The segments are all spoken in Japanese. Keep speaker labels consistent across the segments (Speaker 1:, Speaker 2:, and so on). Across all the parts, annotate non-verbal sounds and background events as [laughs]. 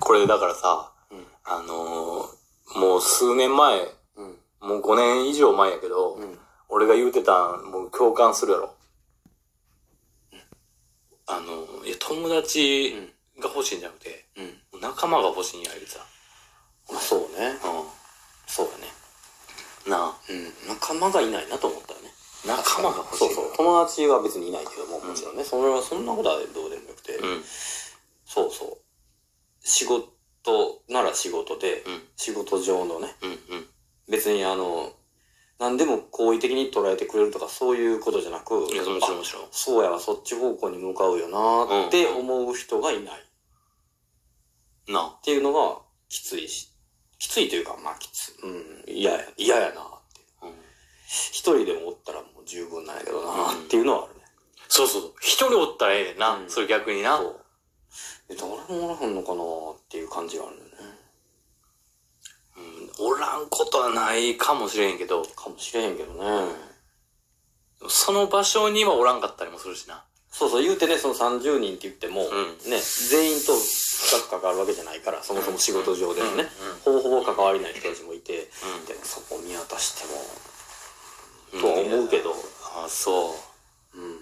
Speaker 1: これだからさ、
Speaker 2: うん
Speaker 1: あのーもう数年前、
Speaker 2: うん。
Speaker 1: もう5年以上前やけど、
Speaker 2: うん。
Speaker 1: 俺が言うてたん、もう共感するやろ。あの、いや、友達
Speaker 2: うん
Speaker 1: が欲しいんじゃなくて、
Speaker 2: うん。
Speaker 1: 仲間が欲しいんや、言うてさ。
Speaker 2: まあそうね。
Speaker 1: う
Speaker 2: そうだね。
Speaker 1: ん。なあ。
Speaker 2: うん。仲間がいないなと思ったよね。
Speaker 1: 仲間が欲しい
Speaker 2: そうそう。友達は別にいないけども、もちろんね。それは、そんなことはどうでもよくて。
Speaker 1: うん。
Speaker 2: そうそう。仕事なら仕事で、
Speaker 1: うん
Speaker 2: 仕事上のね、
Speaker 1: うん。うん。
Speaker 2: 別にあの、何でも好意的に捉えてくれるとかそういうことじゃなく、
Speaker 1: いや、もちろんもちろん
Speaker 2: あ。そうやわ、そっち方向に向かうよなーって思う人がいないっ
Speaker 1: なあ。
Speaker 2: ていうのがきついし、きついというか、まあきつ、うん、嫌や、嫌やなーって。
Speaker 1: うん。
Speaker 2: 一人でもおったらもう十分なんやけどなーっていうのはあるね。
Speaker 1: そうそうそう。一人おったらええねんな。
Speaker 2: うん
Speaker 1: それ逆にな。
Speaker 2: そう。え、誰もおらへんのかなーっていう感じがあるんだよね。
Speaker 1: うん。おらんことはないかもしれへんけど、
Speaker 2: かもしれへんけどね。
Speaker 1: その場所にはおらんかったりもするしな。
Speaker 2: そうそう、言うてね、その30人って言っても、
Speaker 1: ん
Speaker 2: ね、全員と深く関わるわけじゃないから、そもそも仕事上でもね、ほぼほぼ関わりない人たちもいて、でもそこ見渡して
Speaker 1: うん。
Speaker 2: も、とは思うけど、
Speaker 1: あ、そう。
Speaker 2: うん。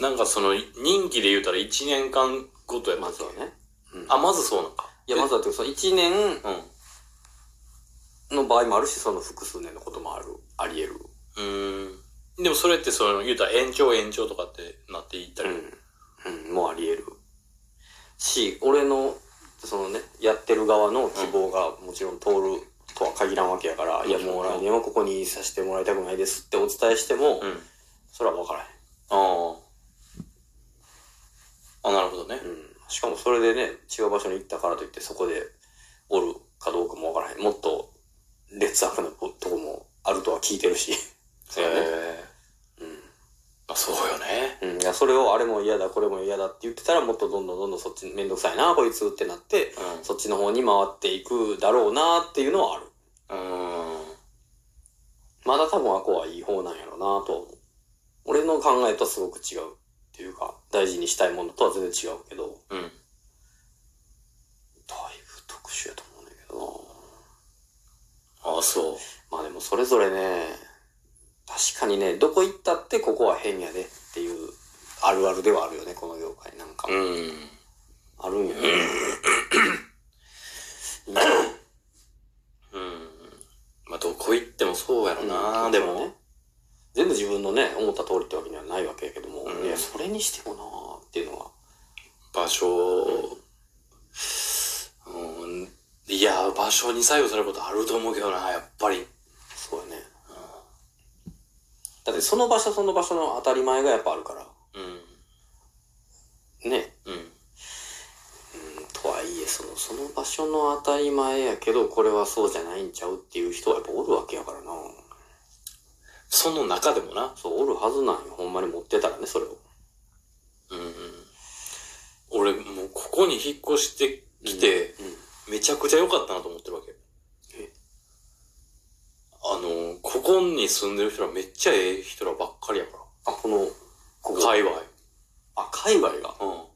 Speaker 1: なんかその、任期で言うたら1年間ごとやった
Speaker 2: ま
Speaker 1: っけ
Speaker 2: ずはね。うん
Speaker 1: あ、まずそうなんか。
Speaker 2: いや、まずはっていうか、その1年
Speaker 1: うん。
Speaker 2: の場合もあるし、その複数年のこともある、あり得る。
Speaker 1: うーん。でもそれってその、言うたら延長延長とかってなっていったり。
Speaker 2: うん。うん、もうあり得る。し、俺の、そのね、やってる側の希望がもちろん通るとは限らんわけやから、
Speaker 1: ん
Speaker 2: いやもう来年はここにさせてもらいたくないですってお伝えしても、
Speaker 1: うん。あ
Speaker 2: それは分からへん。
Speaker 1: あ。あ、なるほどね。
Speaker 2: うん。しかもそれでね、違う場所に行ったからといってそこでおるかどうかも分からへん。もっと劣悪なとこもあるとは聞いてるし。 [laughs]
Speaker 1: へ
Speaker 2: うやね
Speaker 1: え。まあそうよね。
Speaker 2: うん。いや、それをあれも嫌だ、これも嫌だって言ってたらもっとどんどんどんどんそっちめんどくさいな、こいつってなって、
Speaker 1: うん
Speaker 2: そっちの方に回っていくだろうなっていうのはある。
Speaker 1: うーん。
Speaker 2: まだ多分アコはいい方なんやろうなとは思う。俺の考えとはすごく違うっていうか、大事にしたいものとは全然違うけど、だい
Speaker 1: うん。
Speaker 2: ぶ特殊やと思うんだけど
Speaker 1: ああ、そう。
Speaker 2: な。まあでもそれぞれね、確かにね、どこ行ったってここは変やでっていう、あるあるではあるよね、この業界なんか。
Speaker 1: うん。
Speaker 2: あるんやね。
Speaker 1: うん。まあどこ行ってもそうやろな、
Speaker 2: うん
Speaker 1: でも。。
Speaker 2: 全部自分のね、思った通りってわけにはないわけやけども、
Speaker 1: うん
Speaker 2: いや、それにしてもなーっていうのは。
Speaker 1: 場所、うん、いや、場所に左右されることあると思うけどな、やっぱり。
Speaker 2: そうやね。だってその場所その場所の当たり前がやっぱあるから。
Speaker 1: うん。
Speaker 2: ね。
Speaker 1: うん。
Speaker 2: うん、とはいえ、その、その場所の当たり前やけど、これはそうじゃないんちゃうっていう人はやっぱおるわけやからな。
Speaker 1: その中でもな。
Speaker 2: そう、おるはずなんよ。ほんまに持ってたらね、それを。
Speaker 1: うんうん。俺、もうここに引っ越してきて、
Speaker 2: うん。
Speaker 1: めちゃくちゃ良かったなと思ってるわけ。
Speaker 2: え
Speaker 1: あの、ここに住んでる人らめっちゃええ人らばっかりやか
Speaker 2: あ、この、ここ。
Speaker 1: ら。界隈。
Speaker 2: あ、界隈が。
Speaker 1: うん。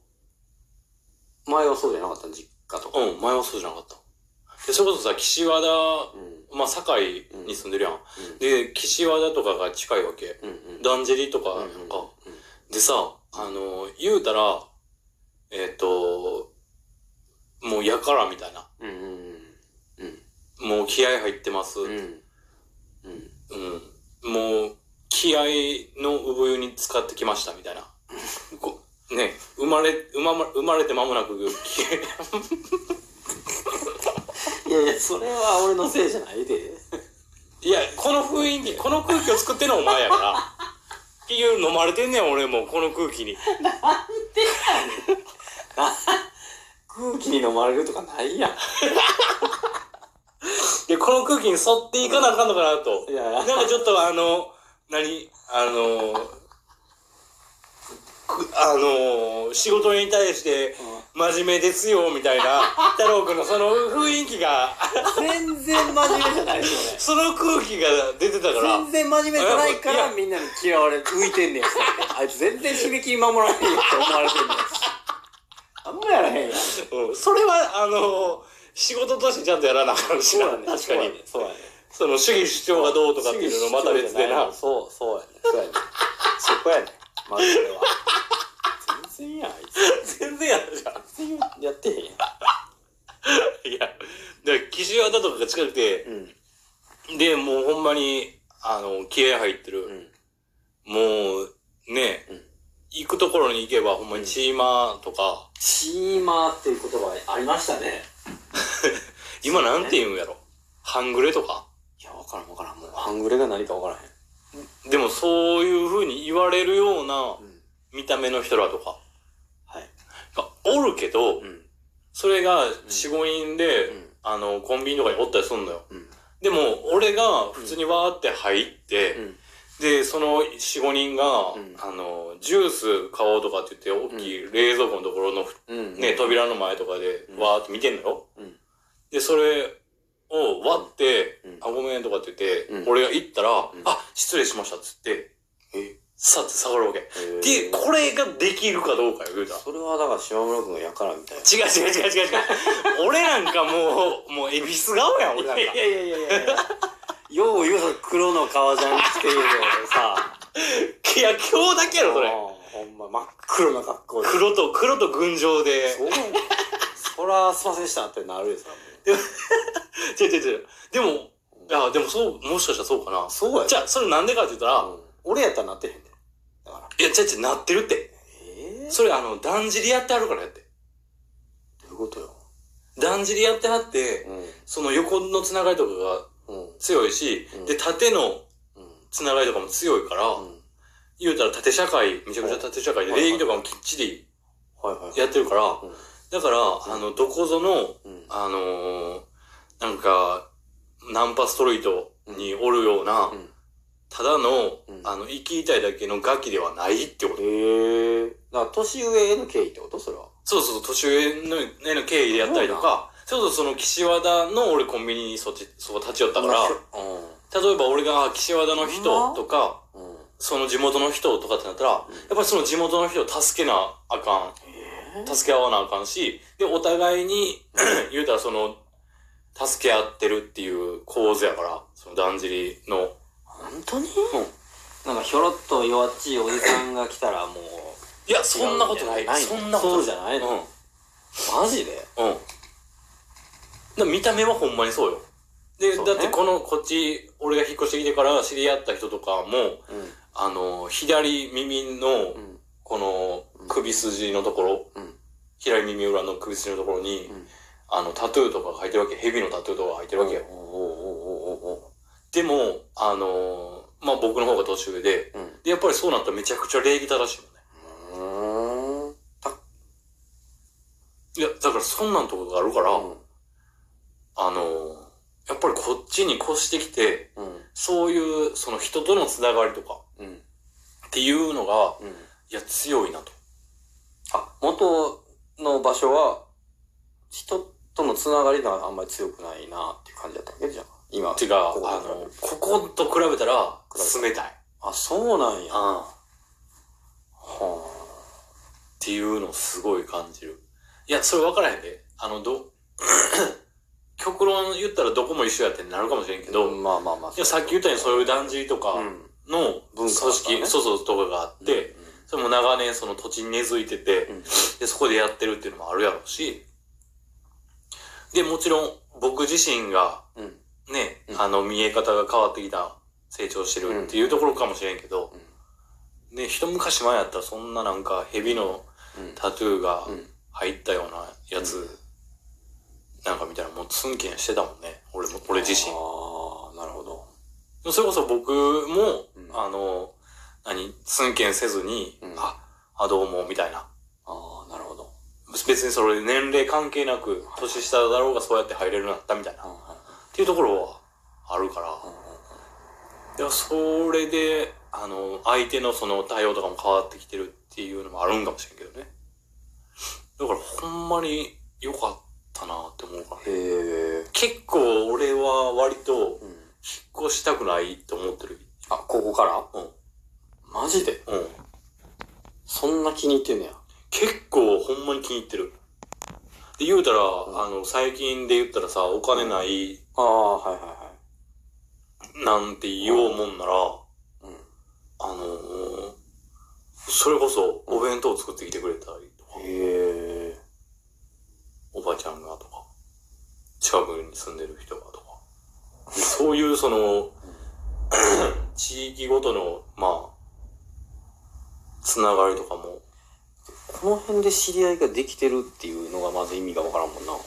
Speaker 2: 前はそうじゃなかった実家とか。
Speaker 1: うん、前はそうじゃなかった。で、それこそさ、岸和田、
Speaker 2: うん。うん。
Speaker 1: まあ、堺に住んでるやん。で、岸和田とかが近いわけ。
Speaker 2: うん。うん。
Speaker 1: だんじりとか、なん
Speaker 2: うんうん
Speaker 1: か、でさ、あの、言うたら、えっ、と、もうやからみたいな。
Speaker 2: うん。うん。うん。
Speaker 1: もう気合入ってます。う。
Speaker 2: うんん。うん。
Speaker 1: もう、気合の産湯に使ってきましたみ
Speaker 2: [laughs]
Speaker 1: たいな。こね、生まれ、生まま、生まれて間もなく、気合
Speaker 2: [laughs] いやいや、それは俺のせいじゃないで。
Speaker 1: いや、この雰囲気、この空気を作ってんのはお前やから。っていう飲まれてんねん、俺も、この空気に。
Speaker 2: 空気に飲まれるとかないやん。
Speaker 1: で、この空気に沿っていかなあかんのかなと。
Speaker 2: いや
Speaker 1: なんかちょっとあの、何あの、くあの、仕事に対して真面目ですよ、みたい
Speaker 2: [laughs]
Speaker 1: な、太郎くんのその雰囲気が、
Speaker 2: 全然真面目じゃないそ
Speaker 1: その空気が出てた
Speaker 2: れ
Speaker 1: から、
Speaker 2: 全然真面目じゃないか
Speaker 1: い
Speaker 2: ら
Speaker 1: や
Speaker 2: みんなに嫌われ浮いてんねやそれあいつ全然締め切り守らへんよって思われてんねやあん何もやらへんやん。
Speaker 1: うん、それは、あの仕事としてちゃんとやらなあかんしな。確かに。
Speaker 2: そうやね。
Speaker 1: その主義主張がどうとかっていうのまた別でな。
Speaker 2: そう、そうやね。そうやね。そこやね。まず
Speaker 1: [laughs]
Speaker 2: これは。全然やん、あいつ。
Speaker 1: 全然やるじゃん。
Speaker 2: 全然やってへんや
Speaker 1: いや、で、岸和田とかが近くて、
Speaker 2: ん。うん。
Speaker 1: で、もうほんまに、あの、気合入って
Speaker 2: う
Speaker 1: る。
Speaker 2: ん。
Speaker 1: もう、ね、
Speaker 2: うん
Speaker 1: 行くところに行けば、ほんまにチーマーとか、
Speaker 2: チーマーっていう言葉ありましたね。
Speaker 1: 今なんて言うんやろ。半グレとか。
Speaker 2: いや、わからんわからん。もう、半グレが何かわからへん。
Speaker 1: でもそういう風に言われるような
Speaker 2: うん。
Speaker 1: 見た目の人らとか
Speaker 2: はい。
Speaker 1: がおるけど、
Speaker 2: ん。
Speaker 1: それが4、5人で、
Speaker 2: うん
Speaker 1: あの、コンビニとかにおったりすんのよ。
Speaker 2: うん。
Speaker 1: でも、俺が普通にわーって入って、
Speaker 2: うん。
Speaker 1: で、その4、5人が、
Speaker 2: うん
Speaker 1: あの、ジュース買おうとかって言って、大きい冷蔵庫のところの、
Speaker 2: うん。
Speaker 1: ね、扉の前とかで
Speaker 2: うん、
Speaker 1: わーって見てんのよ。
Speaker 2: うん。
Speaker 1: で、それを割って、
Speaker 2: うん
Speaker 1: あ、ごめんとかって言って、
Speaker 2: うん
Speaker 1: 俺が行ったら、
Speaker 2: ん
Speaker 1: あ、失礼しましたっつって、
Speaker 2: え
Speaker 1: さって下がるわけ。で、
Speaker 2: で、
Speaker 1: これができるかどうかよ、言うたら。
Speaker 2: それはだから島村くんがやからみたいな。
Speaker 1: 違う違う違う違
Speaker 2: [laughs]
Speaker 1: う違う。俺なんかもう、もう、エビス顔やん、俺なんか。
Speaker 2: いやいやいやいやいや。ようよそ黒の革ジャン着てるよ、さ。
Speaker 1: いや、今日だけやろ、それ
Speaker 2: あ。ーほんま、真っ黒な格好で。
Speaker 1: 黒と、黒と群青で。
Speaker 2: そうそら、すいませんでしたってなるでさ。
Speaker 1: 違う違う違う。でも、あ、でもそう、もしかしたらそうかな。
Speaker 2: そうや
Speaker 1: じゃあ、それなんでかって言ったら、
Speaker 2: うん俺やったらなってへんで。だから。
Speaker 1: いや、ちゃちゃ、なってるって。
Speaker 2: え
Speaker 1: それ、あの、だんじりやってあるからやって。
Speaker 2: どういうことよ。
Speaker 1: だんじりやってあって、
Speaker 2: う
Speaker 1: その横のつながりとかが
Speaker 2: ん。うん。
Speaker 1: 強いし、
Speaker 2: うん
Speaker 1: で、縦の
Speaker 2: う
Speaker 1: つながりとかも強いから、
Speaker 2: ん。うん。
Speaker 1: 言うたら縦社会、めちゃくちゃ縦社会で、
Speaker 2: はい
Speaker 1: 礼儀とかもきっちり
Speaker 2: はいはい。
Speaker 1: やってるから、だから、あの、どこぞの、
Speaker 2: うん。うん。
Speaker 1: あのーなんか、ナンパストリートにおるような、
Speaker 2: うん
Speaker 1: ただの、
Speaker 2: うん
Speaker 1: あの、生きたいだけのガキではないってこと。
Speaker 2: へえ。だから、年上への敬意ってことそれは。
Speaker 1: そうそうそう、年上のへの敬意でやったりとか、そうそう、その岸和田の俺コンビニにそっち、そこ立ち寄ったから、
Speaker 2: ら。う
Speaker 1: 例えば俺があ岸和田の人とか、
Speaker 2: ん。うん。
Speaker 1: その地元の人とかってなったら、やっぱりその地元の人を助けなあか
Speaker 2: え
Speaker 1: ん、助け合わなあかんし、で、お互いに、 [clears throat] 言うたらその、助け合ってるっていう構図やから、そのだんじりの。
Speaker 2: 本当になんかひょろっと弱っちいおじさんが来たらもう
Speaker 1: いや、そんなことない。
Speaker 2: ない
Speaker 1: そんなこと
Speaker 2: そうじゃないの
Speaker 1: うん。
Speaker 2: マジで
Speaker 1: うん。だから見た目はほんまにそうよ。で、
Speaker 2: そう
Speaker 1: だ
Speaker 2: ね
Speaker 1: ってこの、こっち、俺が引っ越してきてから知り合った人とかも、
Speaker 2: う
Speaker 1: あの、左耳の
Speaker 2: ん、うん
Speaker 1: この、首筋のところ、
Speaker 2: うん
Speaker 1: 左耳裏の首筋のところに、
Speaker 2: うん
Speaker 1: あの、タトゥーとかが入ってるわけ、蛇のタトゥーとかが入ってるわけよ。
Speaker 2: おお
Speaker 1: でも、あのまあ、僕の方が年上で、
Speaker 2: おおおお
Speaker 1: で、やっぱりそうなったらめちゃくちゃ礼儀正しいもんね。
Speaker 2: うんうーん
Speaker 1: いや、だからそんなんとこがあるから、
Speaker 2: う
Speaker 1: あのやっぱりこっちに越してきて、
Speaker 2: ん
Speaker 1: そういう、その人とのつながりとか
Speaker 2: うん
Speaker 1: っていうのが、
Speaker 2: うん
Speaker 1: いや、強いなと。
Speaker 2: あ元の場所は人とのつながりがあんまり強くないなっていう感じだったわけじゃん今
Speaker 1: てか、
Speaker 2: ここ
Speaker 1: あの、ここと比べたら、
Speaker 2: 比
Speaker 1: 冷たい。
Speaker 2: あそうなんや
Speaker 1: う
Speaker 2: は
Speaker 1: ん。っ
Speaker 2: あ
Speaker 1: ていうのをすごい感じる。いや、それ分からへんで。あの、ど、 [coughs] 極論言ったらどこも一緒やってなるかもしれんけど、い
Speaker 2: まあまあまあ
Speaker 1: や、さっき言ったようにそういうだんじりとか
Speaker 2: うん
Speaker 1: の
Speaker 2: 文化とかね
Speaker 1: 組織、そうそうとかがあって、それも長年その土地に根付いてて、
Speaker 2: うん
Speaker 1: で、そこでやってるっていうのもあるやろうし、で、もちろん僕自身が
Speaker 2: うん
Speaker 1: ね、
Speaker 2: うん
Speaker 1: あの見え方が変わってきた、成長してるっていうところかもしれんけど、ね、一昔前やったらそんななんか蛇の
Speaker 2: うん
Speaker 1: タトゥーが
Speaker 2: うん
Speaker 1: 入ったようなやつ、なんかみたいなもうツンケンしてたもんね、俺も、俺自身。
Speaker 2: ああなるほど
Speaker 1: それこそ僕も、
Speaker 2: うん
Speaker 1: あの、何、ツンケンせずに、
Speaker 2: うん
Speaker 1: あ、あ、どうも、みたいな。
Speaker 2: ああなるほど
Speaker 1: 別にそれ年齢関係なく、年下だろうがそうやって入れるようになったみたいな、
Speaker 2: う
Speaker 1: っ
Speaker 2: んうん
Speaker 1: ていうところはあるから、でもそれで、あの、相手のその対応とかも変わってきてるっていうのもあるんかもしれんけどね。だからほんまに良かったなって思うからね。
Speaker 2: へえ。
Speaker 1: 結構俺は割と
Speaker 2: うん。
Speaker 1: 引っ越したくないと思ってる。
Speaker 2: あ、ここから
Speaker 1: うん。
Speaker 2: マジで
Speaker 1: うん。
Speaker 2: そんな気に入ってんねや。
Speaker 1: 結構ほんまに気に入ってる。で、言うたら、
Speaker 2: ん
Speaker 1: あの、最近で言ったらさ、お金ない
Speaker 2: ああ、はいはいは
Speaker 1: なんて言おうもんなら、
Speaker 2: い。うん。
Speaker 1: あのーそれこそお弁当作ってきてくれたりとか、
Speaker 2: へえ。
Speaker 1: おばちゃんがとか、近くに住んでる人がとか、でそういうその、 [clears throat] 地域ごとの、まあ、つながりとかも、
Speaker 2: この辺で知り合いができてるっていうのがまず意味がわから
Speaker 1: [laughs]
Speaker 2: んもんな。だっ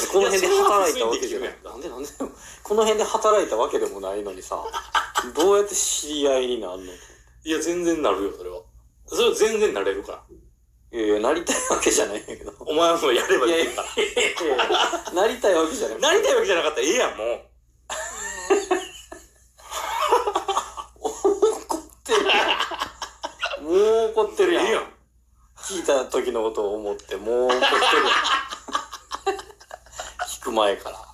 Speaker 2: てこの辺で働いたわけじゃない
Speaker 1: や。それは
Speaker 2: なんでなんで [laughs] この辺で働いたわけでもないのにさ、どうやって知り合いになんの
Speaker 1: いや、全然なるよ、それは。それは全然なれるから。
Speaker 2: いやいや、なりたいわけじゃないんだけど。
Speaker 1: お前はもうやればいいから。
Speaker 2: いやいやなりたいわけじゃない。
Speaker 1: なりたいわけじゃなかったらええやん、もう。
Speaker 2: 怒ってるやん。もう怒ってるやん。
Speaker 1: ええやん。
Speaker 2: 聞い [laughs] た時のことを思って、もう怒ってるやん。聞く前から。